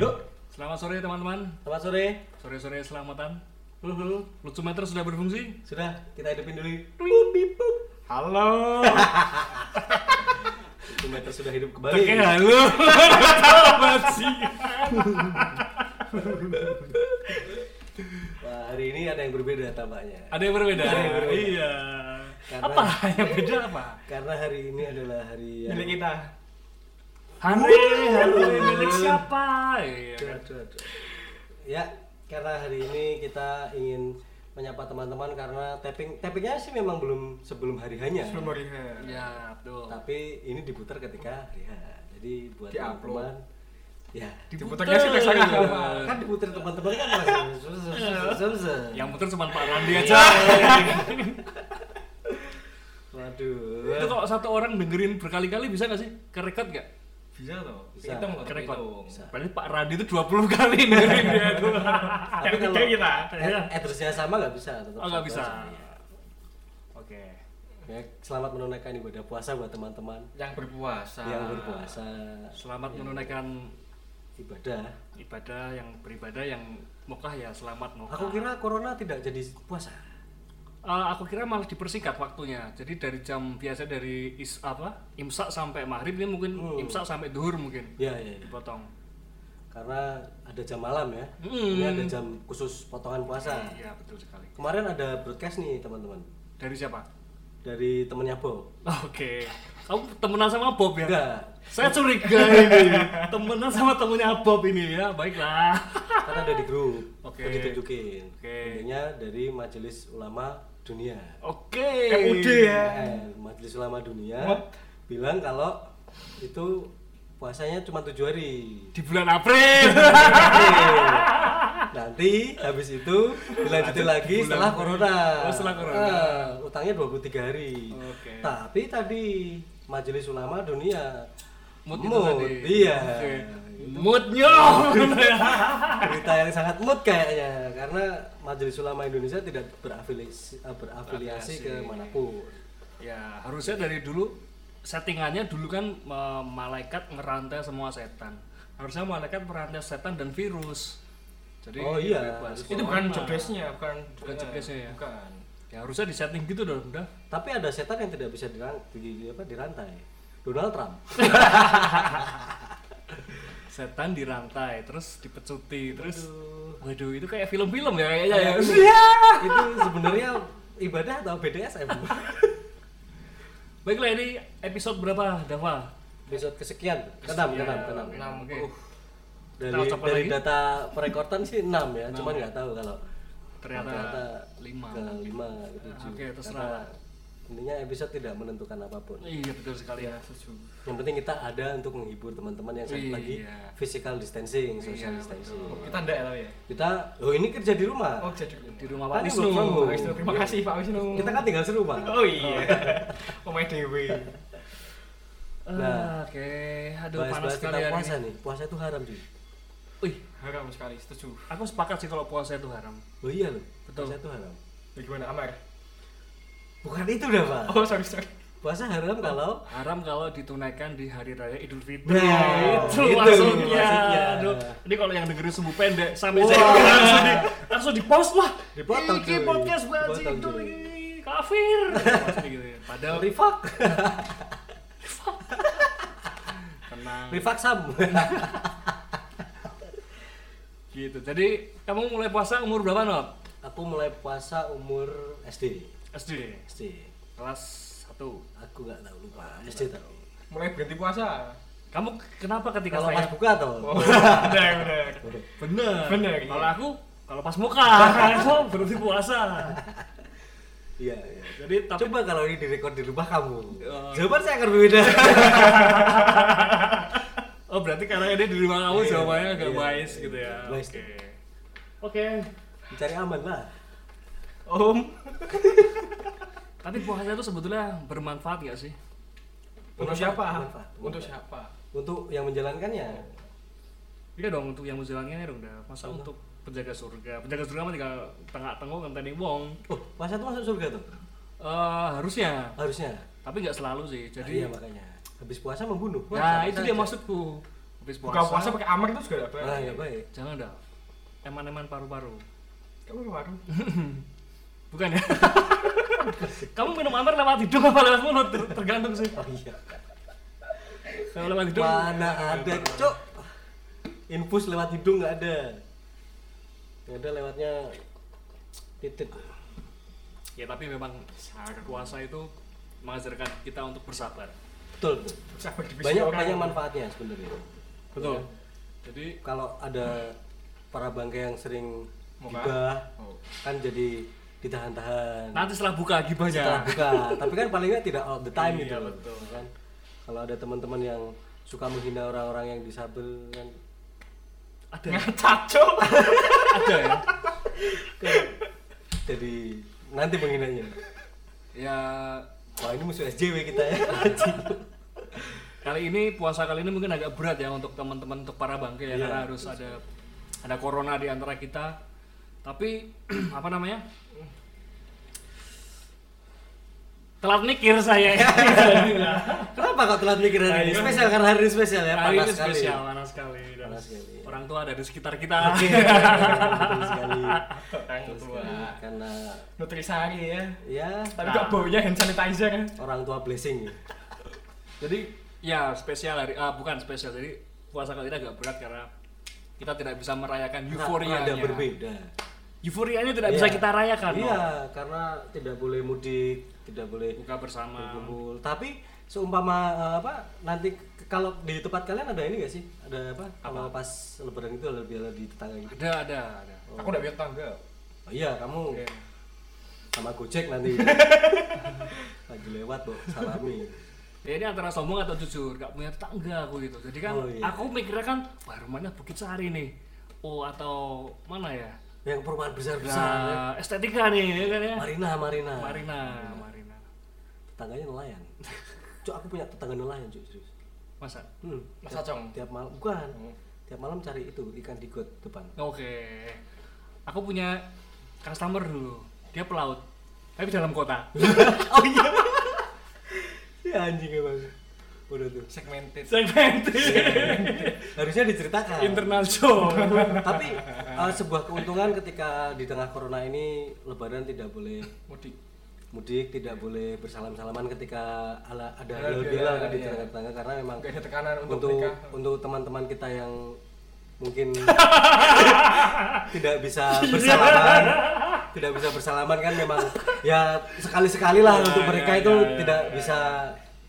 Yuk, selamat sore teman-teman. Selamat sore. Sore-sore selamatan. Uhu, Lutsumeter sudah berfungsi? Sudah, kita hidupin dulu. Halo. Tumeter sudah hidup Oke, kembali. halo. Apaan sih? Wah, hari ini ada yang berbeda tambahnya. Ada yang berbeda. Ada yang berbeda. Iya. Karena- Apa yang beda apa? Karena hari ini adalah hari yang... milik kita Hari, hari milik siapa? Iya. Aduh, aduh, aduh. Ya, karena hari ini kita ingin menyapa teman-teman karena tapping tappingnya sih memang belum sebelum hari hanya. sebelum hari H. Ya, betul. Tapi ini diputar ketika hari H. Jadi buat Di-upload. teman-teman ya Diputarnya sih teks tengah apa? kan diputar teman-teman kan langsung Ya. Yang muter cuma Pak Randi Iya. aja. waduh Itu kalau satu orang dengerin berkali-kali bisa nggak sih? Kerekod nggak? bisa loh Bisa. hitung loh Kerekod. hitung Bisa. Berarti Pak Randi itu 20 kali dengerin dia itu. yang ketiga kita Ad- addressnya eh, sama nggak bisa tetap Oh, nggak satu bisa. aja. Iya. Oke. Ya, selamat menunaikan ibadah puasa buat teman-teman yang berpuasa yang berpuasa Selamat menunaikan ibadah ibadah yang beribadah yang mokah ya selamat mokah. aku kira corona tidak jadi puasa Eh, aku kira malah dipersingkat waktunya. Jadi dari jam biasa dari is apa imsak sampai maghrib ini mungkin imsak sampai duhur mungkin ya ya, ya. dipotong. karena ada jam malam ya Hmm. ini ada jam khusus potongan puasa Iya betul sekali. kemarin ada broadcast nih teman-teman Dari siapa? dari temennya Bo Oke. Kamu temenan sama Bob ya? enggak Saya curiga ini. Temenan sama temennya Bob ini ya. Baiklah. karena kan ada di grup Oke. udah ditunjukin Oke. intinya dari Majelis Ulama Dunia Oke. MUD ya Eh, Majelis Ulama Dunia What? bilang kalau itu puasanya cuma tujuh hari. Di bulan April. Nanti habis itu dilanjutin lagi setelah corona. Oh, setelah corona. Eh, utangnya 23 hari. Oke. Tapi tadi Majelis Ulama Dunia Mood itu mood, tadi. iya. Oke. Moodnya. Berita yang sangat mood kayaknya karena Majelis Ulama Indonesia tidak berafiliasi, eh, berafiliasi ke manapun. ya harusnya dari dulu settingannya dulu kan eh, malaikat merantai semua setan. Harusnya malaikat merantai setan dan virus. Jadi Oh, iya. bebas. itu bukan jobdesknya bukan Bukan jobdesknya ya? bukan Ya harusnya di setting gitu dong, udah. Tapi ada setan yang tidak bisa diran- di- di- apa, dirantai. Donald Trump. Setan dirantai, terus dipecuti, terus Waduh, itu kayak film-film ya kayaknya ya. Iya. itu sebenarnya ibadah atau BDSM? Baiklah ini episode berapa, Dava? Iya, Episode kesekian, keenam, keenam, keenam. Oh, Enam, oke. Dari, Kita ucapkan dari lagi. data perekordan sih 6 ya, cuman nggak tahu kalau Ternyata, lima. Ah, ke lima ke tujuh. Oke, terserah. Karena Intinya episode tidak menentukan apapun. Iya betul sekali ya. Yang penting kita ada untuk menghibur teman-teman yang saat lagi Iya. physical distancing, social distancing. kita ndak ya tapi ya Kita, oh ini kerja di rumah. oh jadi Di rumah Pak Tadi Wisnu. belum Pak Wisnu terima kasih Pak Wisnu Kita kan tinggal serumah. oh iya pemain dewi Ah, Oke, aduh panas Bahas-bahas tentang sekali hari puasa ini. nih. Puasa itu haram sih. Wih, haram sekali setuju aku sepakat sih kalau puasa itu haram. Oh iya loh. Betul. Puasa itu haram. bagaimana Ya, Amar Bukan itu udah pak. oh sorry sorry Puasa haram kalau Haram kalau ditunaikan di hari raya Idul Fitri. Nah, itu itu maksudnya. maksudnya. Aduh, ini kalau yang dengerin sumbu pendek sampai saya langsung di langsung di post lah. Dipotong, Iki cuy. podcast banget Dipotong, itu cuy. lagi kafir. Maksudnya gitu ya. Padahal rifak, tenang rifak sam. gitu. Jadi kamu mulai puasa umur berapa, Nob? Aku mulai puasa umur SD. SD. SD. Kelas 1. Aku nggak tahu lupa. SD tahu. mulai berhenti puasa Kamu kenapa ketika Kalau pas saya buka toh. oh benar benar Bener. Bener, iya. Kalau aku kalau pas muka, aku berhenti puasa. Iya. iya. Jadi tapi Coba kalau ini direkod di rumah kamu, Oh. jawaban saya akan berbeda. oh berarti karena ini di rumah kamu jawabannya iya, agak wise iya, gitu ya. wise. Oke. Oke. Cari aman lah. om Tapi puasa itu sebetulnya bermanfaat nggak sih? untuk siapa Manfaat, untuk manfaat. siapa Untuk yang ya, menjalankannya, Iya dong untuk yang menjalankannya dong dah. Masa untuk penjaga surga, penjaga surga mah tinggal tengah tengok ngenteni wong. oh puasa itu masuk surga tuh. Eh Eh, harusnya, harusnya Iya, tapi nggak selalu sih. jadi Jadi, makanya habis puasa membunuh Wah, nah sama itu dia saja. maksudku. Habis Buka puasa, puasa pakai amar itu juga nggak ah baik. ya baik jangan dah. Eman-eman paru-paru. Kamu kemarin. Bukan ya? Kamu minum amar lewat hidung apa lewat mulut? Ter- Tergantung sih. oh iya Kalau lewat hidung, mana ada cok infus lewat hidung nggak ada nggak ada lewatnya titik ya tapi memang puasa itu mengajarkan kita untuk bersabar. betul betul. Sampai di banyak banyak manfaatnya sebenarnya Ya. Betul. Ya. Jadi kalau ada para bangke yang sering Moga. gibah Oh. kan jadi ditahan-tahan nanti setelah buka gibahnya. setelah buka tapi kan palingnya tidak all the time Iya, gitu loh, betul. kan kalau ada teman-teman yang suka menghina orang-orang yang disabel kan Ada, Ngacat, Cok. ada ya. kan jadi nanti penghinanya Ya wah ini musuh SJW kita ya Anjing. kali ini puasa kali ini mungkin agak berat ya untuk teman-teman untuk para bangke ya Iya, karena harus ada ada corona di antara kita. Tapi apa namanya? Telat mikir saya ya. kenapa kau telat mikir hari ini spesial karena hari ini spesial ya Hari panas ini sekali spesial, panas sekali. Dan Panas sekali. Orang tua ada di sekitar kita. Betul sekali Yang Betul kedua. sekali. karena Nutrisari ya. ya Tapi kok baunya hand sanitizer. orang tua blessing ya Jadi ya spesial hari ah bukan spesial. Jadi puasa kali ini agak berat karena kita tidak bisa merayakan euforianya. Nah, ada berbeda Euforianya tidak Iya. bisa kita rayakan. iya Nok. karena tidak boleh mudik tidak boleh Buka bersama. berkumpul tapi seumpama eh, apa nanti ke- kalau di tempat kalian ada ini gak sih ada apa kalau pas lebaran itu lebih ada di tetangga gitu Ada ada ada. Aku udah biar tangga. oh, iya kamu Iya. sama gojek nanti lagi lewat kok salami Ya ini antara sombong atau jujur, gak punya tetangga aku gitu. Jadi kan Oh, iya. aku mikirnya kan, wah rumahnya Bukit Sari nih. Oh atau mana ya? yang perumahan besar besar Nah, estetika nih ya kan ya. Marina Marina Marina, Marina. tetangganya nelayan cok aku punya tetangga nelayan cok serius Masa? hmm. Mas Acong. tiap malam bukan Hmm. tiap malam cari itu ikan di got depan Oke. Aku punya customer dulu. Dia pelaut. Tapi dalam kota. oh iya ya anjing emang udah tuh Segmented. Segmented. harusnya diceritakan Internal show. tapi eh, sebuah keuntungan ketika di tengah corona ini lebaran tidak boleh Mudik. mudik tidak boleh bersalam-salaman ketika ala, ada Halal halal bihalal, bihalal kan di iya. tetangga karena memang Gak ada tekanan untuk untuk nikah. untuk teman-teman kita yang mungkin tidak bisa Iya. bersalaman tidak bisa bersalaman kan memang ya sekali-sekali lah untuk mereka ya, itu tidak bisa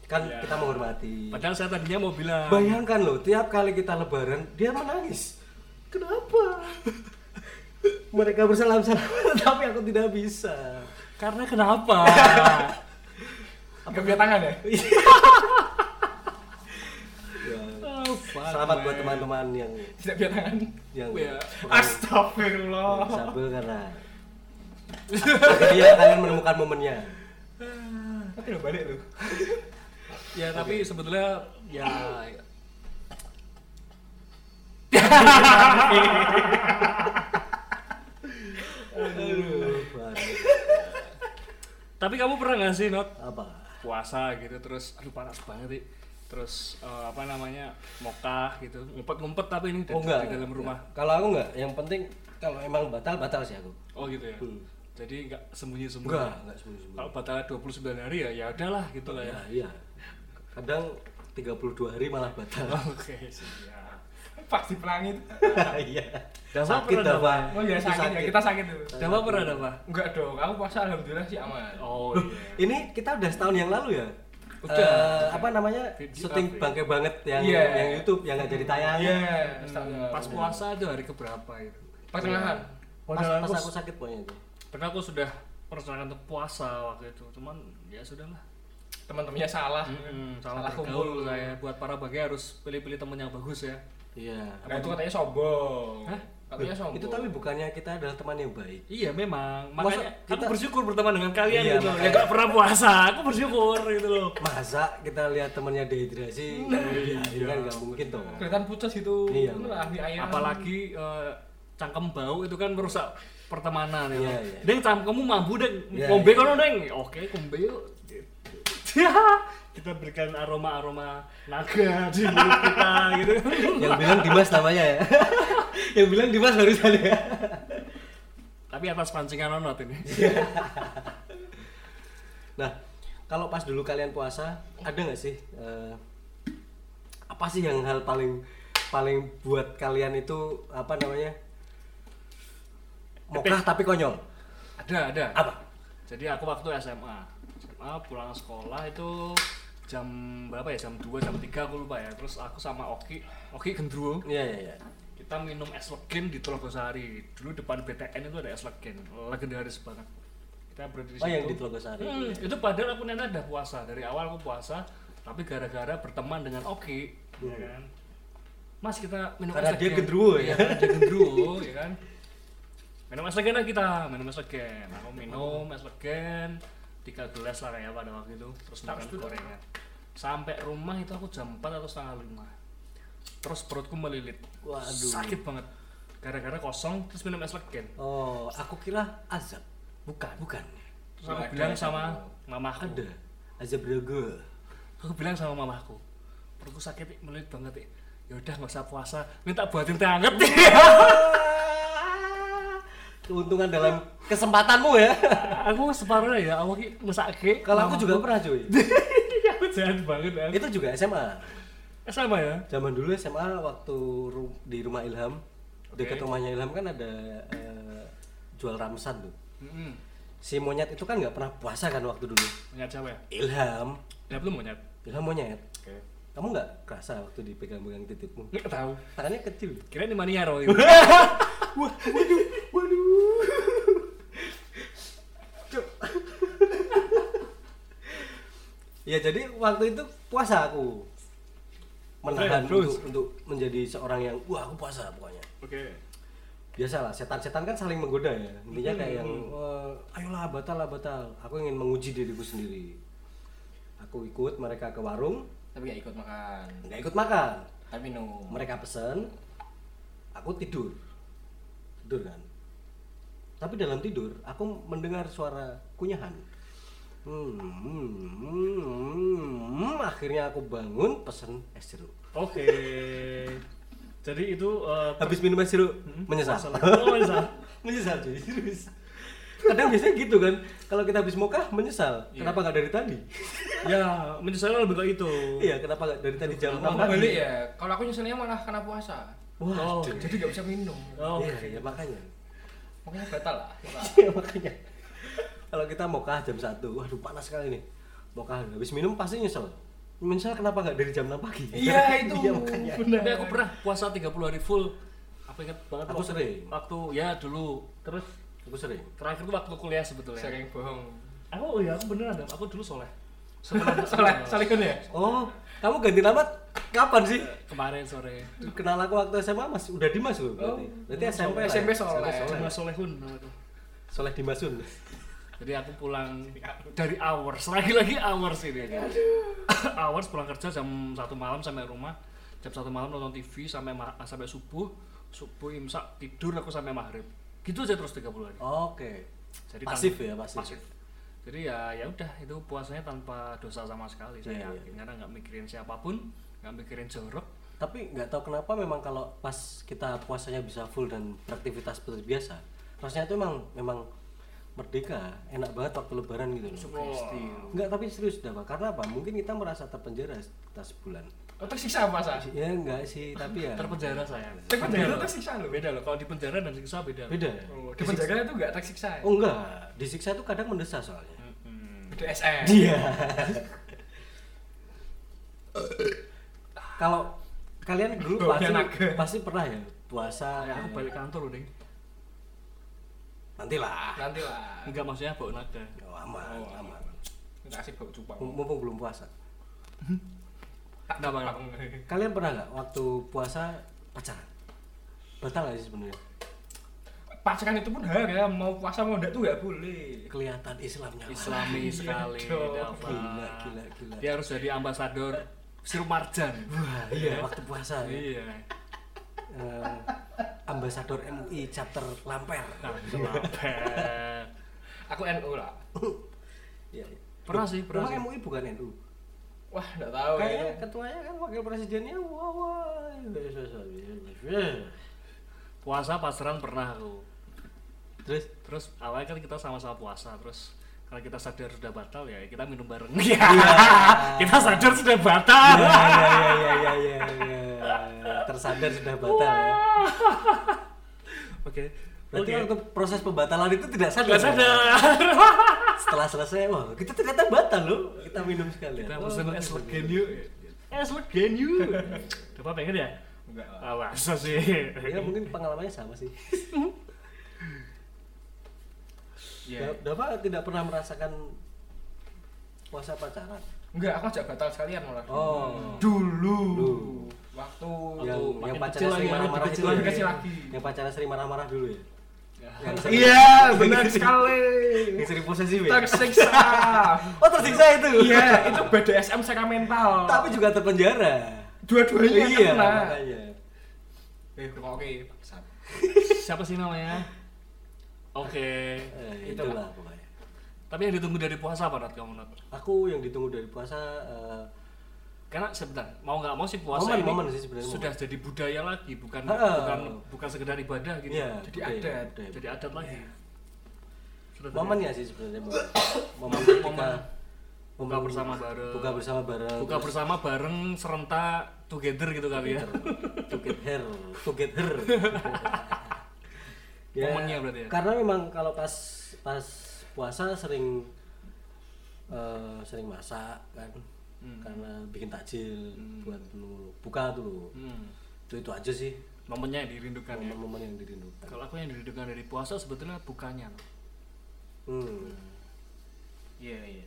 kan kita menghormati Padahal saya tadinya mau bilang. Bayangkan loh, tiap kali kita lebaran dia menangis. Kenapa? Mereka bersalam-salam, tapi aku tidak bisa. Karena kenapa? Gak biar tangan ya? Ya. Oh, fuck, Selamat buat man. teman-teman yang Tidak biar tangan. yang Ya. Astagfirullah. sabel karena akhirnya kalian menemukan momennya. Tapi udah balik lu. Ya tapi sebetulnya ya Aduh, Bang. tapi kamu pernah nggak sih not apa? puasa gitu terus aduh panas banget sih terus eh, apa namanya mokah gitu ngumpet-ngumpet tapi ini Oh dari- enggak. di dalam rumah Kalau aku enggak, yang penting kalau emang batal batal sih aku. oh gitu ya Hmm. jadi nggak sembunyi-sembunyi Enggak, enggak sembunyi-sembunyi. kalau batal 29 hari ya ya udahlah gitu lah ya Ya, iya. Kadang 32 hari malah batal. oke siap Pasti pelangi. Iya. Dan sakit dah, pernah, Pak. Oh iya Itu sakit ya, kita sakit dulu. Dawa pernah Dawa? Enggak dong, aku puasa alhamdulillah sih aman. oh iya Ini kita udah setahun yang lalu ya. Udah. Eh, apa namanya? Video syuting apa ya? bangke banget yang Iya. yang YouTube yang nggak jadi tayang. Iya, Hmm, pas puasa itu hari keberapa itu pertengahan. Pas, Padahal pas aku- aku sakit pokoknya itu. pernah aku sudah merencanakan untuk puasa waktu itu cuman ya sudah lah Teman-temannya salah. Hmm, salah, kumpul saya buat para bagi harus pilih-pilih temen yang bagus ya Iya. Nah, itu katanya sombong. Hah? Katanya sombong. Itu tapi bukannya kita adalah teman yang baik. iya memang Masa makanya aku kita- bersyukur berteman dengan kalian Iya, gitu loh makanya. ya gak pernah puasa aku bersyukur gitu loh Masa kita lihat temannya Hmm, iya. dehidrasi, kan ya, nggak mungkin dong. kelihatan pucet gitu. Iya. Itu lah di ayam. apalagi eh, cangkem bau itu kan merusak pertemanan ya. Iya, Yeah, iya. Deng cangkemmu mampu deng, Iya, ngombe iya. kono deng. Oke, ngombe yuk. kita berikan aroma-aroma naga di mulut kita gitu. yang bilang Dimas namanya ya yang bilang Dimas barusan ya Tapi atas pancingan onot ini. nah kalau pas dulu kalian puasa ada nggak sih eh, apa sih yang hal paling paling buat kalian itu apa namanya mokah tapi konyol Ada, ada. apa Jadi aku waktu SMA, SMA pulang sekolah itu jam berapa ya? Jam 2, jam 3 aku lupa ya. Terus aku sama Oki, Oki Gendruwo, iya iya iya kita minum es legen di Telogosari. Dulu depan BTN itu ada es legen, legendaris banget. Kita berada di oh yang situ. di Telogosari Hmm, itu padahal aku niatnya udah puasa dari awal aku puasa, tapi gara-gara berteman dengan Oki, ya kan. Mas kita minum Karena es dia legen. gendruwo ya. Iya, karena dia gendruwo, ya kan. Minum es legen lah kita, minum es legen. Aku minum es legen tiga gelas lah kayak pada waktu itu, terus makan gorengan. Sampai rumah itu aku jam 4 atau setengah lima. Terus perutku melilit. Waduh. Sakit banget. Gara-gara kosong terus minum es legen. oh aku kira azab Bukan. bukan Terus aku Ada bilang yang sama mamaku. ada azab raga aku bilang sama mamaku perutku sakit Ik. melit banget Ik. yaudah nggak usah puasa minta buatin teh anget keuntungan dalam kesempatanmu ya aku separuhnya ya aku ki mesake kalau aku juga pernah cuy aku jahat banget ya itu juga SMA sama ya zaman dulu SMA waktu ru- di rumah Ilham Oke. deket rumahnya Ilham kan ada eh, jual ramsan tuh Mm-mm. si monyet itu kan nggak pernah puasa kan waktu dulu monyet siapa ya Ilham ya belum monyet Ilham monyet oke kamu nggak kerasa waktu dipegang-pegang titikmu nggak tahu tangannya kecil kira ini mania roh itu Wah, waduh waduh Cuk. ya jadi waktu itu puasa aku menahan Terus. untuk, untuk menjadi seorang yang wah aku puasa pokoknya oke biasalah setan-setan kan saling menggoda ya intinya kayak yang "Eh, ayolah batal lah batal aku ingin menguji diriku sendiri aku ikut mereka ke warung Tapi gak ikut makan. nggak ikut makan Tapi minum. mereka pesen aku tidur tidur kan tapi dalam tidur aku mendengar suara kunyahan Hmm, hmm, hmm, hmm. akhirnya aku bangun pesen es jeruk oke jadi itu eh, habis minum es jeruk Hmm. menyesal puasa lagi. Oh, menyesal. menyesal cuy serius kadang biasanya gitu kan kalau kita habis mokah menyesal kenapa nggak dari tadi ya menyesal lebih ke itu iya kenapa nggak dari tadi jam Aku enam pagi? balik ya. Kalau aku nyeselnya malah karena puasa. wah Oh. Jadi gak bisa minum. oh, iya iya, makanya Makanya batal lah. kita. iya makanya kalau kita mokah jam satu waduh panas sekali nih mokah habis minum pasti nyesel menyesal kenapa nggak dari jam 6 pagi Iya itu. iya makanya Tapi aku pernah puasa 30 hari full. Aku ingat banget Aku waktu- sering. waktu ya dulu. Terus aku sering terakhir tuh waktu kuliah sebetulnya. Sering bohong. Aku oh iya aku beneran Dam. aku dulu soleh. Setelah Soleh, salikun ya. oh kamu ganti nama kapan sih kemarin sore. kenal aku waktu SMA mas udah Dimas loh Oh. berarti berarti SMP lah ya. SMP soleh. Cuma solehun nama itu. soleh Dimasun Jadi aku pulang dari hours lagi-lagi hours ini aja. hours pulang kerja jam satu malam sampai rumah jam satu malam nonton TV sampai ma- sampai subuh subuh imsak tidur aku sampai maghrib gitu aja terus 30 hari oke Jadi pasif tanpa- ya pasif, Jadi ya ya udah itu puasanya tanpa dosa sama sekali Iya, saya iya, yakin karena nggak mikirin siapapun, nggak mikirin jorok. tapi nggak tahu kenapa memang kalau pas kita puasanya bisa full dan beraktivitas seperti biasa rasanya tuh emang memang merdeka enak banget waktu lebaran gitu loh Enggak, tapi serius dah, Pak. Karena apa? Mungkin kita merasa terpenjara kita sebulan. Oh tersiksa puasa. Ya enggak sih, tapi ya Terpenjara saya. Tapi penjara tersiksa loh. Beda loh kalau di penjara dan siksa beda. beda. ya? Oh, di penjara itu gak tersiksa. ya? Oh enggak, disiksa tuh kadang mendesak soalnya. Hmm. Beda SM. Iya. Kalau kalian dulu Baunya pasti naga. pasti pernah ya puasa Kayak Oh, aku balik kantor loh, Ding. nantilah. Nanti lah. Enggak maksudnya bau naga. Oh, aman, Oh, aman. Nggak asik bau cupang. Mumpung belum puasa. Kenapa? Cupang. Kalian pernah nggak waktu puasa pacaran? Batal nggak sih sebenarnya? Pacaran itu pun haram, mau puasa mau enggak tuh nggak boleh. Kelihatan Islamnya. Pak. Islami Iya sekali. dong. Dava. Gila, gila, gila. Dia harus jadi ambasador sirup marjan. Wah, iya waktu puasa. ya. Iya. eh, ambasador MUI chapter Lamper. Nah, itu lapet. Aku NU lah. Iya. iya. Pernah sih, pernah Emang sih. MUI bukan ya, NU. Wah, enggak tahu Kayaknya ya. ketuanya kan wakil presidennya wah wah. iya, Puasa pasaran pernah aku. Terus Terus awalnya kan kita sama-sama puasa, terus karena kita sadar sudah batal ya kita minum bareng. Iya. kita sadar sudah batal. ya ya ya ya ya, ya, ya. tersadar sudah batal ya. Oke. Berarti Oke. waktu proses pembatalan itu tidak sadar. ya? Sudah sadar. Setelah selesai, wah kita ternyata batal loh. Kita minum Oh, iya, sekalian. Kita Wah, pesen bagus, es bagus. legen yuk. Es legen yuk. Coba pengen ya? Iya, Enggak Ah, lah. masa sih. Ya mungkin pengalamannya sama sih. Iya. Da- Dapa tidak pernah merasakan puasa pacaran. Enggak, aku ajak batal sekalian malah. Oh. Dulu. Dulu. Waktu yang waktu yang makin pacaran kecil sering lagi, marah-marah itu makin kecil ya. lagi, kecil lagi. Yang pacaran sering marah-marah dulu ya. Yang sering- Iya, benar sekali. Yang sering posesif ya. Tersiksa. Oh tersiksa itu. Iya, itu BDSM secara mental. Tapi juga terpenjara. dua-duanya iya, kena. makanya. Eh, oke, paksa. Siapa sih namanya? Oke. Eh, Itu itulah pokoknya. Tapi yang ditunggu dari puasa apa Nat kamu Nat? Aku yang ditunggu dari puasa eh, Karena sebentar, mau nggak mau sih puasa Momen- ini momen sih sebenarnya, sudah jadi budaya lagi, bukan Heeh. bukan bukan sekedar ibadah gitu. iya, Jadi budaya, adat, budaya. Jadi adat lagi. Sudah jadi- Momennya sih sebenarnya momen. Momen ketika Buka bersama bareng. Buka bersama bareng. buka bersama bareng serentak together gitu kali ya. to get her, to get her. Momennya berarti ya? Karena memang kalau pas pas puasa sering eh, sering masak kan, Hmm. karena bikin takjil buat menu buka tuh. Hmm. Itu itu aja sih Momennya yang dirindukan ya. momen-momen yang dirindukan. Kalau aku yang dirindukan dari puasa sebetulnya bukannya. Hmm. Iya, iya.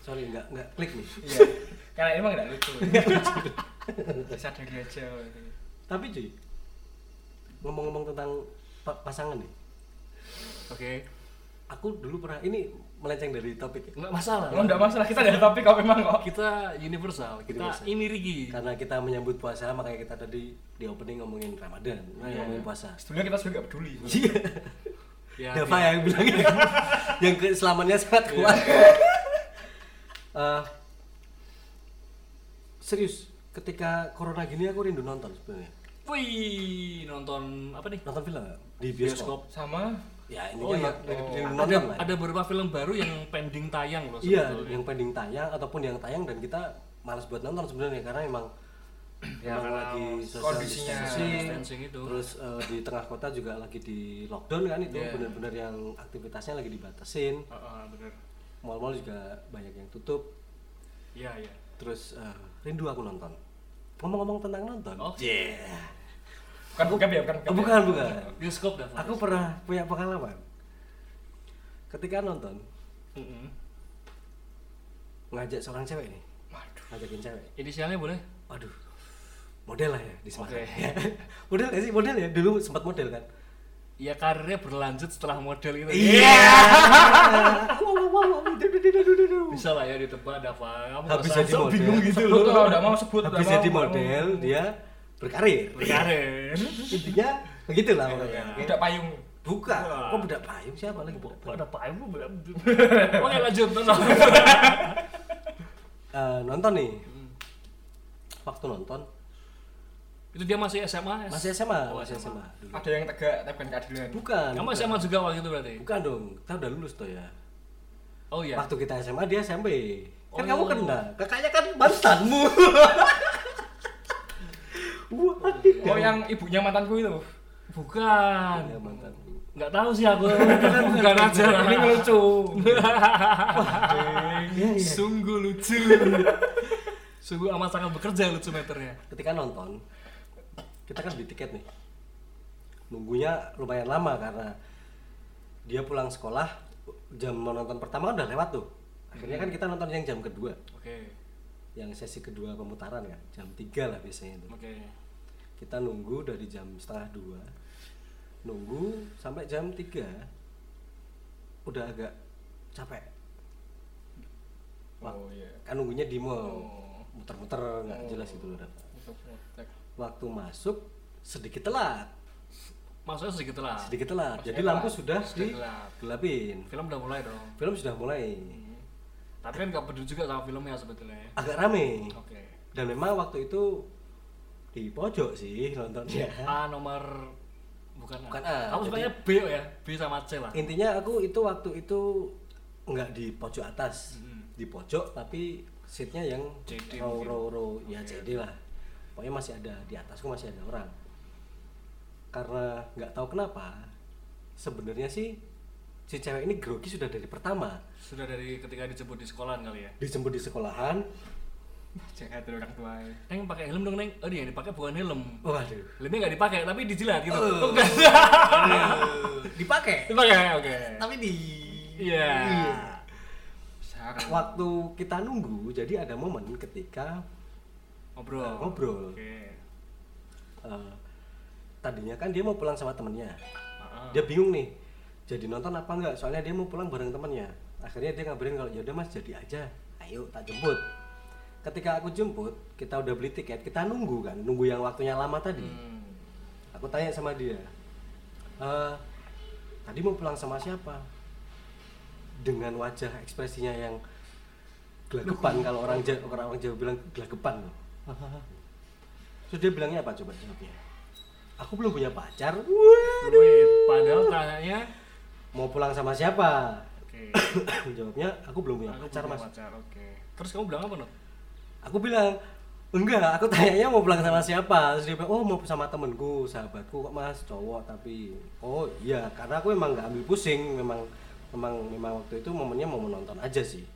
Sorry nggak nggak klik nih. Iya. Karena emang enggak lucu. Sadari aja. gitu. Tapi cuy ngomong-ngomong tentang pa- pasangan nih, Oke. aku dulu pernah ini melenceng dari topik ya. Nggak masalah. Lo enggak masalah, kita ada topik kok memang kok. Kita universal, kita Universal. ini Rigi. karena kita menyambut puasa makanya kita tadi di opening ngomongin Ramadan Iya. nah, ngomongin puasa Sebenarnya kita juga nggak peduli. iya Ya, Iya. Dava yang bilang itu. yang ke- selamannya sangat kuat Eh, serius ketika corona gini aku rindu nonton sebenarnya Wih, nonton apa nih? nonton film nggak? di bioskop, Sama ya ini Oh, iya. rindu Ada, nonton lah ada beberapa film baru yang pending tayang loh iya sebetulnya. yang pending tayang ataupun yang tayang dan kita malas buat nonton sebenarnya karena emang Ya, emang karena lagi social kondisinya, distancing itu. terus eh, di tengah kota juga lagi di lockdown kan Iya. itu benar-benar yang aktivitasnya lagi dibatasin Ah, ah, bener. mal-mal juga banyak yang tutup Iya, iya. terus eh, rindu aku nonton ngomong-ngomong tentang nonton Iya. Oh. bukan bukan ya, bukan. Oh, bukan bukan Bioskop dah. aku pernah punya pengalaman ketika nonton Mm-mm. ngajak seorang cewek nih Waduh. ngajakin cewek Inisialnya boleh? aduh model lah ya di Semarang Oke. ya. model gak sih model ya dulu sempat model kan Ya karirnya berlanjut setelah model itu. Iya. Wow, wow, wow, wow, duh, duh, duh, duh, duh, duh. Bisa lah ya ditebak Dava. Kamu habis nggak jadi usah model bingung gitu Sebut loh. kalau enggak mau sebut. habis nggak jadi mau. model dia berkarir Berkarir. intinya begitulah pokoknya Tidak payung. buka Wah. kok budak payung siapa lagi budak payung? Ada payung belum? Oke lanjut nonton. Eh, nonton nih waktu nonton Itu dia masih SMA. masih SMA Oh, masih SMA. SMA dulu Ada yang tegak tapi bukan keadilan. bukan Kamu bukan. SMA juga waktu itu berarti? bukan dong kita udah lulus tuh ya Oh iya. waktu kita SMA dia SMP kan Oh. kamu kenal kakaknya kan mantanmu wah Oh, iya. yang ibunya mantanku itu. Bukan. Ya, mantanmu Nggak tahu sih aku. Kan Bukan aja. Ini lucu. Iya, Sungguh lucu. Sungguh amat sangat bekerja lucu meternya. ketika nonton kita kan beli tiket nih nunggunya lumayan lama karena dia pulang sekolah jam menonton pertama kan udah lewat tuh akhirnya Hmm. kan kita nonton yang jam kedua Oke. yang sesi kedua pemutaran kan jam tiga lah biasanya itu Oke. kita nunggu dari jam setengah dua nunggu sampai jam tiga udah agak capek Oh iya. Oh, kan nunggunya di mall muter-muter nggak jelas gitu loh Rafa. Itu waktu masuk sedikit telat Maksudnya sedikit telat. sedikit telat Maksudnya jadi lampu telat. sudah Sedikit Ah, telat. digelapin Film udah mulai dong. film sudah mulai Tapi kan gak peduli juga sama filmnya sebetulnya. ya. agak rame Oke. dan memang waktu itu di pojok sih nontonnya A nomor bukan A. Ya. Bukan A, Kamu jadi- sukanya B ya? B sama C lah. intinya aku itu waktu itu nggak di pojok atas Mm-mm. di pojok tapi seatnya yang CD row mungkin. row row ya CD lah pokoknya masih ada di atasku masih ada orang karena nggak tahu kenapa sebenarnya sih si cewek ini grogi sudah dari pertama Sudah dari ketika dijemput di sekolahan kali ya. dijemput di sekolahan Jangan ada orang tua ya. Neng pakai helm dong, Neng. Oh, iya, dipakai bukan helm. waduh Helmnya nggak dipakai tapi dijilat gitu. Oh, enggak. Iya. dipakai dipakai, oke. tapi di Iya. Sarang. waktu kita nunggu jadi ada momen ketika Ngobrol. Ngobrol. Oke. eh, tadinya kan dia mau pulang sama temennya Ah, dia bingung nih jadi nonton apa enggak soalnya dia mau pulang bareng temannya akhirnya dia ngabarin kalau yaudah mas jadi aja ayo tak jemput ketika aku jemput kita udah beli tiket kita nunggu kan nunggu yang waktunya lama tadi aku tanya sama dia "Eh, tadi mau pulang sama siapa dengan wajah ekspresinya yang gelagapan kalau orang jawa orang orang jawa bilang gelagapan loh terus dia bilangnya apa coba jawabnya aku belum punya pacar Waduh. Wih, ya. padahal tanyanya mau pulang sama siapa? Oke. Jawabnya aku belum punya Aku pacar punya mas. pacar, oke. Terus kamu bilang apa, Nok? Aku bilang enggak, aku tanyanya mau pulang sama siapa? Terus dia bilang oh mau sama temenku, sahabatku kok mas, cowok tapi oh iya karena aku emang nggak ambil pusing, memang memang memang waktu itu momennya mau menonton aja sih.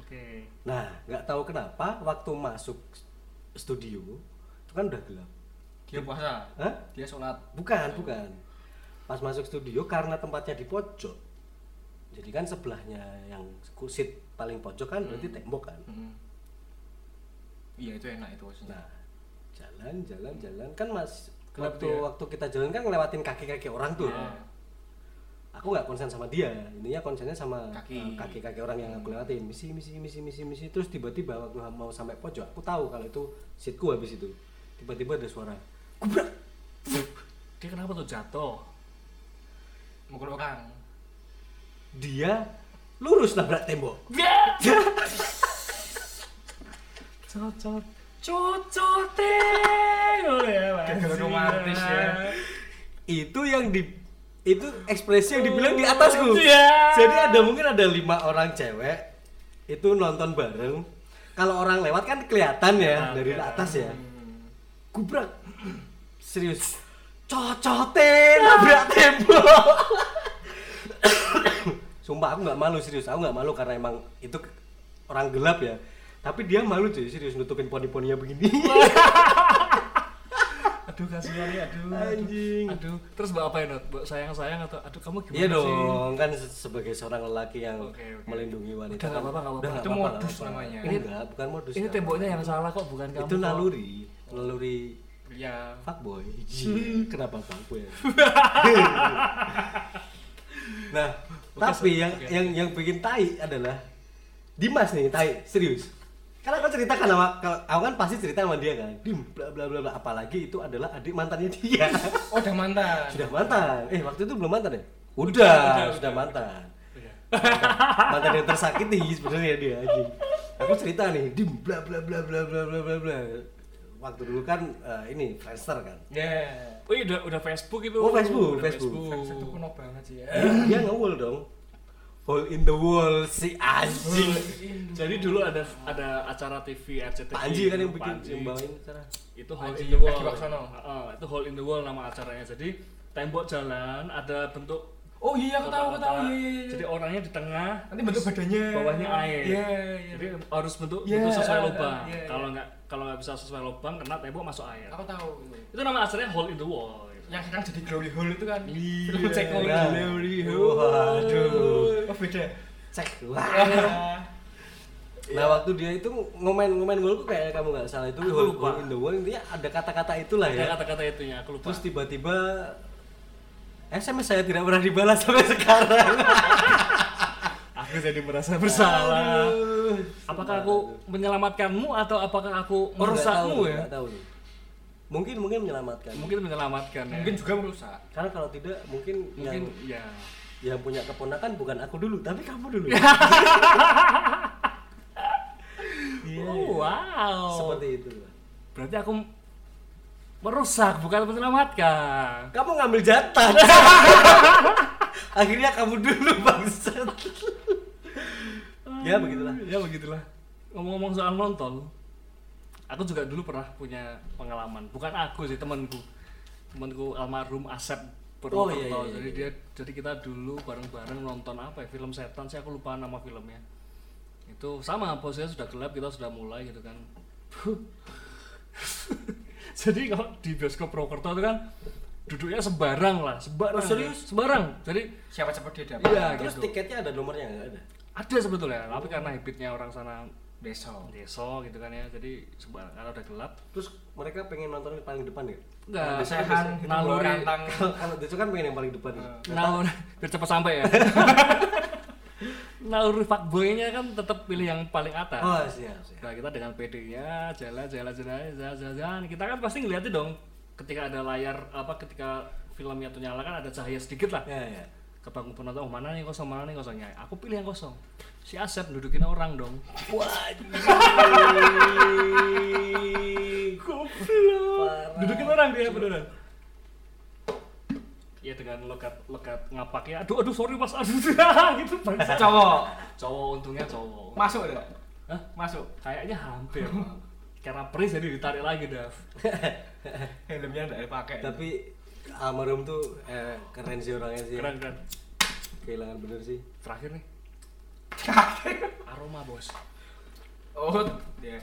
Oke. Nah nggak tahu kenapa waktu masuk studio itu kan udah gelap. Dia puasa. Hah? Dia sholat. Bukan, bukan. Pas masuk studio karena tempatnya di pojok. Jadi kan sebelahnya yang kusit paling pojok kan berarti Hmm. tembok kan. Mm. Iya itu enak itu maksudnya. Nah, jalan, jalan, jalan kan mas. Gelap waktu tuh ya? Iya. waktu kita jalan kan ngelewatin kaki-kaki orang tuh. Nah, Aku nggak konsen sama dia. Ininya konsennya sama eh, Kaki. kaki-kaki orang yang aku Hmm. lewatin. Misi, misi, misi, misi, misi. Terus tiba-tiba waktu mau sampai pojok, aku tahu kalau itu sitku habis itu. Tiba-tiba ada suara. Kubrak. Dia kenapa tuh jatuh? mukul orang. Dia lurus nabrak tembok. Cocot. Cocotin. Oh ya, Iya. Gagal romantis ya. itu yang di itu ekspresi yang dibilang di atasku Iya. jadi ada mungkin ada lima orang cewek itu nonton bareng kalau orang lewat kan kelihatan ya Kelihatan. Hmm. dari atas ya gubrak serius cocotin nabrak tembok sumpah aku nggak malu serius aku nggak malu karena emang itu ke- orang gelap ya tapi dia malu cuy serius nutupin poni-poninya begini Aduh kasihan ya, aduh. Anjing. Aduh. aduh. Terus mbak apa ya, Not? Mbak sayang-sayang atau aduh kamu gimana Iya sih? dong, kan se- sebagai seorang lelaki yang Oke, oke. melindungi wanita. Udah, nggak kan- apa-apa, nggak udah apa-apa. nggak Itu apa-apa, modus nggak apa-apa. namanya. Enggak, bukan modus. Ini nggak temboknya yang salah kok, bukan apa-apa. ya. kamu. Itu kok. naluri, naluri Iya. fuckboy. Hmm. Kenapa fuckboy? nah, Oke, tapi sorry. yang Oke. yang yang bikin tai adalah Dimas nih, tai serius. Karena aku ceritakan sama, kalau aku kan pasti cerita sama dia kan. Dim, bla bla bla bla. Apalagi itu adalah adik mantannya dia. Oh udah mantan. sudah mantan eh waktu itu belum mantan ya udah udah, sudah udah. mantan Iya. mantan yang tersakiti sebenarnya dia anjing aku cerita nih dim bla bla bla bla bla bla bla bla waktu dulu kan eh, ini Friendster kan Ya. Wih, Oh, iya, udah udah Facebook itu. Oh, Facebook, Udah Facebook. Satu kuno banget sih ya. Eh. dia ngewul dong Hole in the wall si anjing Jadi dulu ada ada acara TV RCTI. Panji kan yang bikin Panji. yang bawain acara itu hole in Panji the wall. Kaki Waksono. Heeh, itu hole in the wall nama acaranya. Jadi tembok jalan ada bentuk Oh iya aku tahu aku tahu. kotak-kotak. Iya iya iya. Jadi orangnya di tengah, Nanti bentuk badannya. bawahnya air. Iya iya. Jadi harus bentuk Iya, bentuk sesuai iya, lubang. iya, iya. Kalau nggak kalau nggak bisa sesuai lubang kena tembok masuk air. Aku tahu. Itu nama acaranya hole in the wall. Yang sekarang jadi glory hole itu kan. Iya. Film Ceko Nah. glory hole. waduh Oh beda. cek Eh, wah Iya. Nah waktu dia itu ngomen-ngomen golku kayak kamu nggak salah itu iya. Aku hole, lupa. hole in the wall intinya ada kata-kata itulah ya. Ada kata-kata itunya, aku lupa. Terus tiba-tiba SMS saya tidak pernah dibalas sampai sekarang. aku jadi merasa bersalah. Aduh. Apakah aku menyelamatkanmu atau apakah aku Oh, nggak tahu, merusakmu ya? nggak tahu. mungkin mungkin menyelamatkan mungkin menyelamatkan ya Mungkin juga merusak. karena kalau tidak mungkin, mungkin yang ya yang punya keponakan bukan aku dulu tapi kamu dulu Iya, Oh, wow seperti itu berarti aku merusak bukan menyelamatkan kamu ngambil jatah akhirnya kamu dulu bangsat ya begitulah ya begitulah ngomong-ngomong soal nonton aku juga dulu pernah punya pengalaman bukan aku sih temanku temanku almarhum Asep Oh, Purwokerto iya, iya, iya, jadi iya. dia jadi kita dulu bareng-bareng nonton apa ya film setan sih aku lupa nama filmnya itu sama posnya sudah gelap kita sudah mulai gitu kan jadi kalau di bioskop Purwokerto itu kan duduknya sembarang lah sembarang Oh, serius? sembarang jadi Siapa-siapa dia dapat iya terus gitu tiketnya ada nomornya nggak ada ada sebetulnya tapi karena habitnya orang sana besok. deso gitu kan ya jadi sembarang kalau udah gelap terus mereka pengen nonton yang paling depan ya enggak Sehan, naluri. naluri tentang kalau itu kan pengen yang paling depan ya. nalur biar cepat sampai ya nalur fuckboy-nya kan tetap pilih yang paling atas oh siap siap nah kita dengan PD-nya jalan jalan jalan jalan jalan, jalan. kita kan pasti ngeliatin dong ketika ada layar apa ketika filmnya tuh nyala kan ada cahaya sedikit lah ya ya kebangun penonton oh, mana nih kosong mana nih kosongnya aku pilih yang kosong si Asep dudukin orang dong Wajib. Goblok. Dudukin orang dia beneran. Ya dengan lekat lekat ngapaknya. Aduh aduh sorry Mas. Aduh gitu bangsa. cowok. Cowok untungnya cowok. Masuk enggak? Hah? Masuk. Kayaknya hampir. Bang. Karena pris jadi ditarik lagi, Dav. Helmnya enggak dipakai. tapi almarhum tuh eh, keren sih orangnya sih Keren kan? keren. kehilangan bener sih Iya. Terakhir nih aroma, Bos. Oh, ya.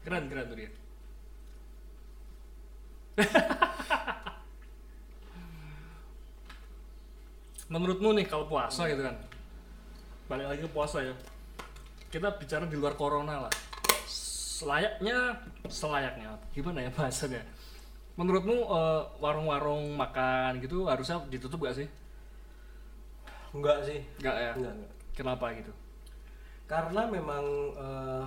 Keren keren tuh dia. Menurutmu nih kalau puasa gitu kan. Balik lagi ke puasa ya. Kita bicara di luar corona lah. Selayaknya selayaknya gimana ya bahasanya? Menurutmu eh, warung-warung makan gitu harusnya ditutup gak sih? enggak sih Enggak ya. enggak enggak Kenapa gitu? karena memang eh,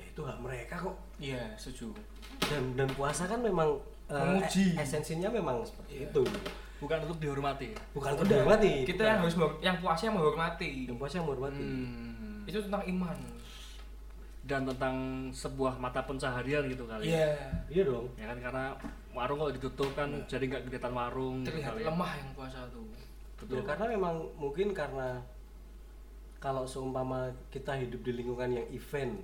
ya itu hak mereka kok Iya, setuju. dan dan puasa kan memang eh, Memuji. e- esensinya memang Iya. seperti itu Bukan untuk dihormati. ya? bukan untuk dihormati Kita yang harus menghor- yang puasnya menghormati. yang puasa yang menghormati Hmm. Itu tentang iman. Dan tentang sebuah mata pencaharian gitu kali. ya. Iya. iya dong ya kan karena warung kalau ditutup kan Iya. jadi nggak kelihatan warung gitu Terlihat kali ya. lemah yang puasa tuh. betul Ya, karena memang mungkin karena kalau seumpama kita hidup di lingkungan yang event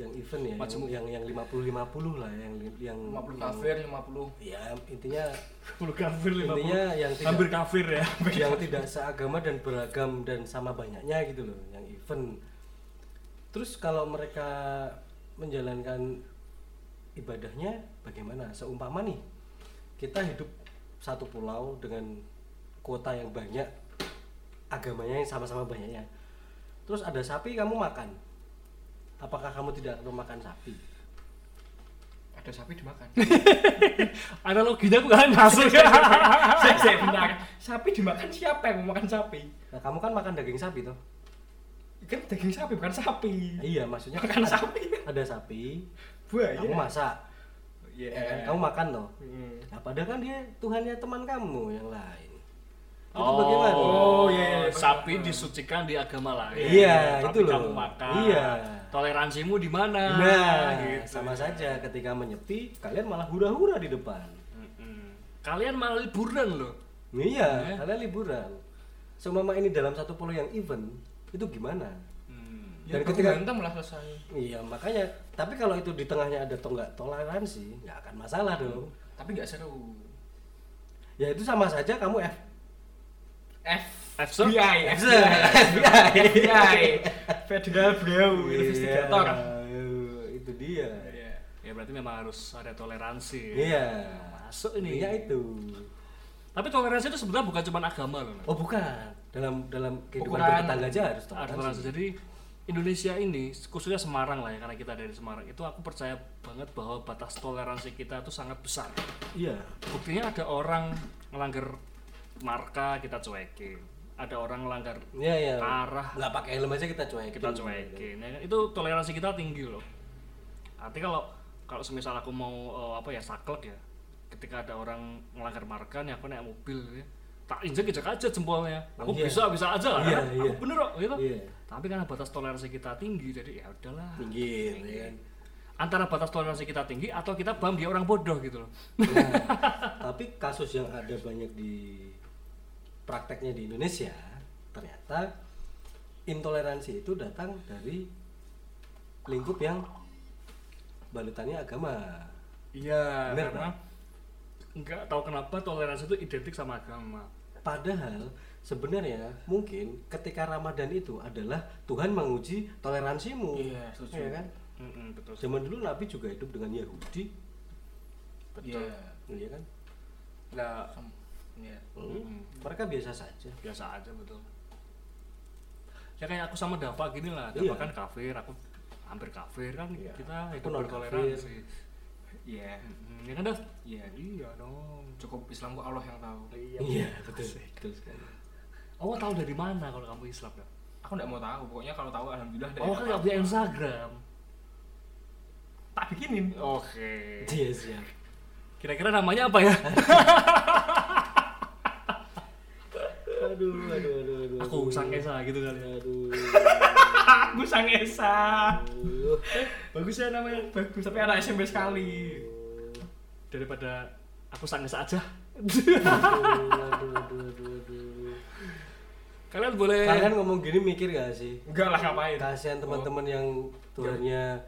yang event ya Majemuk. yang, yang yang 50 50 lah yang yang 50 yang- kafir, 50 ya intinya puluh kafir lima intinya yang tidak hampir kafir ya yang tidak seagama dan beragam dan sama banyaknya gitu loh yang event terus kalau mereka menjalankan ibadahnya bagaimana seumpama nih kita hidup satu pulau dengan kota yang banyak agamanya yang sama-sama banyaknya terus ada sapi kamu makan apakah kamu tidak perlu makan sapi ada sapi dimakan. analoginya aku nggak masuk ya Saya saya benar. Sapi dimakan siapa yang mau makan sapi? nah kamu kan makan daging sapi toh Kan daging sapi bukan sapi. Nah, iya maksudnya Makan ada- sapi. ada sapi Buaya. kamu masak Iya. ya kan? kamu makan toh Hmm. Nah, padahal kan dia Tuhannya teman kamu yang lain. Itu oh, bagaimana? oh iya, iya, iya. sapi disucikan di agama lain Iya, Tapi itu loh. kamu makan Iya. toleransimu di mana Nah, gitu. sama saja ketika menyepi, kalian malah hura-hura di depan. Mm-mm. kalian malah liburan loh Iya, kalian liburan. Seumpama ini dalam satu pulau yang event, itu gimana? Hmm. Ya, Dan aku ketika- berantem lah selesai. Iya, makanya. Tapi kalau itu di tengahnya ada to nggak toleransi, nggak akan masalah dong. Tapi nggak seru. Ya itu sama saja kamu F. F F, sir? FBI FBI Federal Bureau Investigator. Iya, itu dia. Iya. ya berarti memang harus ada toleransi Iya. masuk ini Intinya itu. tapi toleransi itu sebenarnya bukan cuma agama loh Nak. Oh bukan, dalam dalam kehidupan Ukuran. bertetangga aja harus Ada toleransi. toleransi. Jadi Indonesia ini khususnya Semarang lah ya karena kita dari Semarang itu aku percaya banget bahwa batas toleransi kita itu sangat besar. Iya. Buktinya ada orang melanggar marka kita cuekin, ada orang melanggar Iya iya. arah Nggak pakai helm aja kita cuekin. Nah, kita cuekin. Ya kan? Itu toleransi kita tinggi loh. Nanti kalau kalau semisal aku mau eh, apa ya saklek ya, ketika ada orang melanggar marka nih aku naik mobil gitu ya, tak injek injek aja jempolnya. Aku Oh, iya. bisa bisa aja lah. Iya, kan? iya. Aku bener kok gitu. Iya. Tapi karena batas toleransi kita tinggi jadi ya udahlah. pinggir ya kan? Antara batas toleransi kita tinggi atau kita paham dia orang bodoh gitu loh. Nah, tapi kasus yang ada banyak di prakteknya di Indonesia ternyata intoleransi itu datang dari lingkup yang balutannya agama. Iya, Bener, karena nggak tahu kenapa toleransi itu identik sama agama. Padahal sebenarnya mungkin ketika Ramadan itu adalah Tuhan menguji toleransimu. Iya, setuju. Iya kan? Mm-mm, betul. Zaman dulu Nabi juga hidup dengan Yahudi, Betul. Iya. iya kan? Nggak Sem- Iya. Mm-mm. Mereka biasa saja. biasa aja betul. Ya kayak aku sama Dava gini lah, Dava Iya. kan kafir, aku hampir kafir kan Iya. kita Aku hidup non bertoleransi. Iya. Mm-mm, Ya kan Dav? Iya. Iya dong. Cukup Islam kok Allah yang tahu. Iya, betul. Betul sekali. Awal tahu dari mana kalau kamu Islam Dav? Aku nggak mau tahu. Pokoknya kalau tahu alhamdulillah. nggak Awal ada kan nggak apa-apa. punya Instagram. Tak bikinin. Oke. Iya, siap. Kira-kira namanya apa ya? Aduh, aduh, aduh, aduh. Aku aduh. sang Esa gitu kali. ya. Aduh. Aku sang Esa. aduh. Bagus ya namanya. Bagus. Tapi anak SMP sekali. Daripada aku sang Esa aja. Aduh, aduh, aduh, aduh, aduh. Kalian boleh Kalian ngomong gini mikir gak sih? Enggak lah ngapain. Kasihan teman-teman yang tuhannya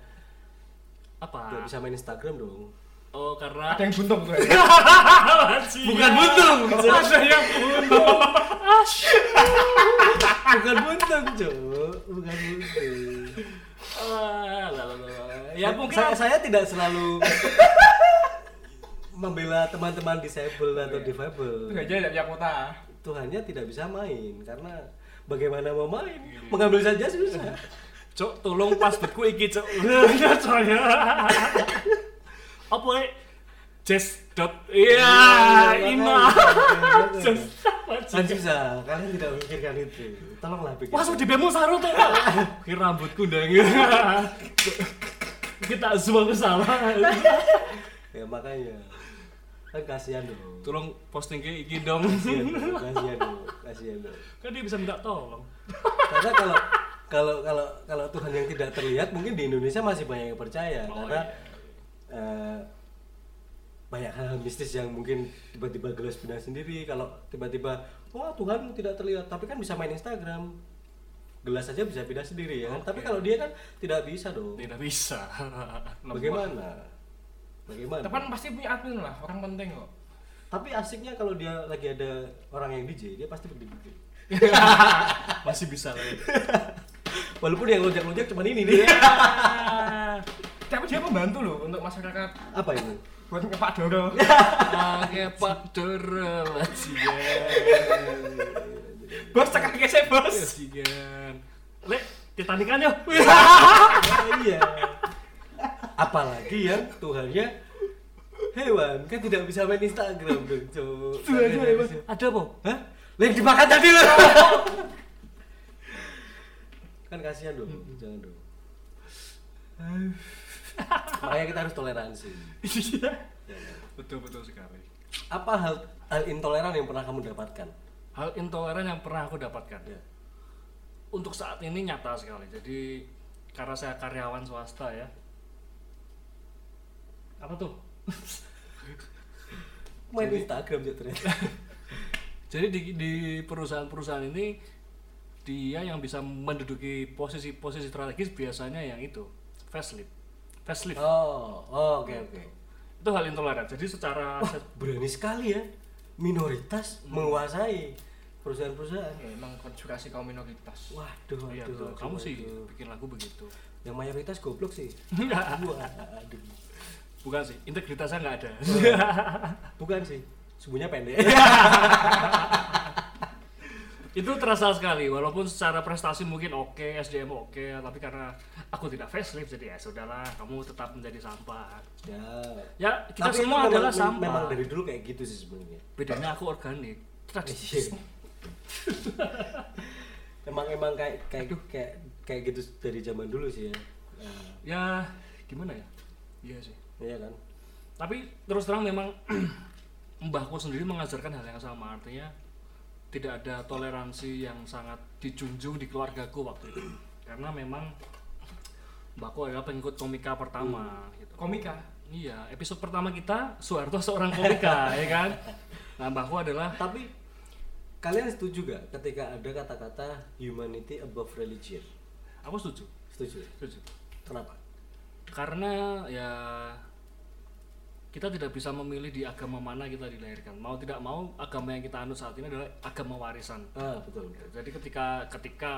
apa? nggak bisa main Instagram dong. Oh karena Ada yang buntung tuh. bukan buntung. Ada yang buntung. Bukan buntung, Cok. Bukan buntung. Ah, lah, lah, lah, lah. Ya mungkin saya, saya tidak selalu membela teman-teman disable atau Itu difabel. aja tidak punya kuota. Tuhannya tidak bisa main karena bagaimana mau main? Iya, Mengambil saja Ya, susah. Cok, tolong passwordku iki, Cok. Soalnya. Apa rek? Jazz dot iya ima Jazz apa, Kan Jazz? susah, kalian tidak memikirkan itu. Tolonglah pikir. Wah, sudah di bemo saru tuh. Kira rambutku ndang. Kita semua salah. Ya makanya. Kan kasihan dong. Tolong posting ke iki dong. Kasihan dong, kasihan dong, kasihan dong. Iya. Kan dia bisa minta tolong. Karena kalau kalau kalau kalau Tuhan yang tidak terlihat mungkin di Indonesia masih banyak yang percaya Oh, karena iya. eh, banyak hal mistis yang mungkin tiba-tiba gelas benar sendiri kalau tiba-tiba wah Tuhan tidak terlihat tapi kan bisa main Instagram gelas saja bisa pindah sendiri ya kan tapi kalau dia kan tidak bisa dong Tidak bisa. bagaimana bagaimana Depan pasti punya admin lah. Orang penting kok. tapi asiknya kalau dia lagi ada orang yang DJ dia pasti berdiri Masih bisa lah. walaupun yang lonjak-lonjak cuman ini nih Iya. Tapi dia membantu loh untuk masyarakat apa ini buat ngepak doro. Oke, Pak Dora. Bos cekak kese bos. Kasihan. Iya Lek, ya. Titanikan yuk. Ah, iya apalagi yang Tuhannya hewan kan tidak bisa main Instagram dong cowok Tuhannya Makanya hewan. bisa- Ada po? hah yang dimakan tadi lo kan kasihan dong Hmm. jangan dong makanya kita harus toleransi Iya. Ya kan? Betul betul sekali. apa hal hal intoleran yang pernah kamu dapatkan Hal intoleran yang pernah aku dapatkan. ya Untuk saat ini nyata sekali. Jadi karena saya karyawan swasta ya. Apa tuh? main Instagram juga ternyata Jadi di, di perusahaan-perusahaan ini dia yang bisa menduduki posisi-posisi strategis biasanya yang itu facelift. Facelift. oh oh, oke oke Itu hal intoleran. Jadi secara berani sekali ya minoritas Hmm. menguasai perusahaan-perusahaan Ya, emang konspirasi kaum minoritas. Waduh, waduh, Iya, betul. waduh, Kamu sih waduh. bikin lagu begitu. Yang mayoritas goblok sih. Waduh. Bukan sih, integritasnya nggak ada. Bukan sih. Sumbunya pendek. itu terasa sekali, walaupun secara prestasi mungkin oke, SDM oke, tapi karena aku tidak facelift, jadi ya sudahlah, kamu tetap menjadi sampah. ya. Ya, kita Tapi itu semua memang- adalah mem- sampah. Memang dari dulu kayak gitu sih sebenarnya. Bedanya aku organik. Tradisi. emang emang kayak kayak kayak kayak gitu dari zaman dulu sih ya. Nah, ya, gimana ya? Iya sih. Iya kan? Tapi terus terang memang mbahku sendiri mengajarkan hal yang sama. Artinya tidak ada toleransi yang sangat dijunjung di keluargaku waktu itu. Karena memang mbahku adalah pengikut komika pertama Hmm. gitu. komika Iya, episode pertama kita Soeharto seorang komika, ya kan? Nah, mbahku adalah Tapi kalian setuju gak ketika ada kata-kata humanity above religion? aku setuju. Setuju. Setuju. Kenapa? Karena ya kita tidak bisa memilih di agama mana kita dilahirkan. Mau tidak mau agama yang kita anut saat ini adalah agama warisan. Ah, betul. Ya, betul. Jadi ketika ketika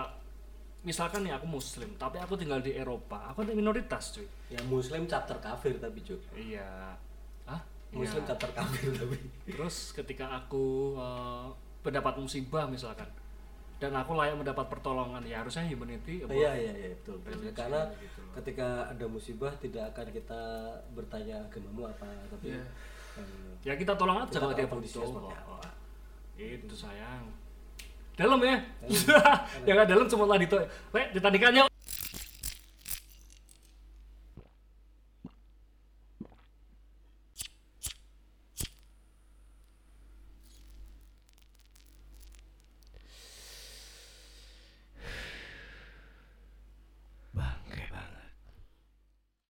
misalkan nih aku muslim, tapi aku tinggal di Eropa, aku ada minoritas, cuy. Ya muslim chapter kafir tapi Jok. Iya. Hah? Iya. Muslim chapter kafir tapi. Terus ketika aku eh, mendapat musibah misalkan dan aku layak mendapat pertolongan ya harusnya humanity above- Iya iya iya betul. betul. Karena gitu ketika ada musibah tidak akan kita bertanya agamamu apa tapi Iya. eh, ya kita tolong aja Kita kalau tahu dia kondisinya butuh Gitu, seperti apa. Wah, Ya itu sayang dalam ya yang nggak dalam cuma tadi tuh lek ditandingannya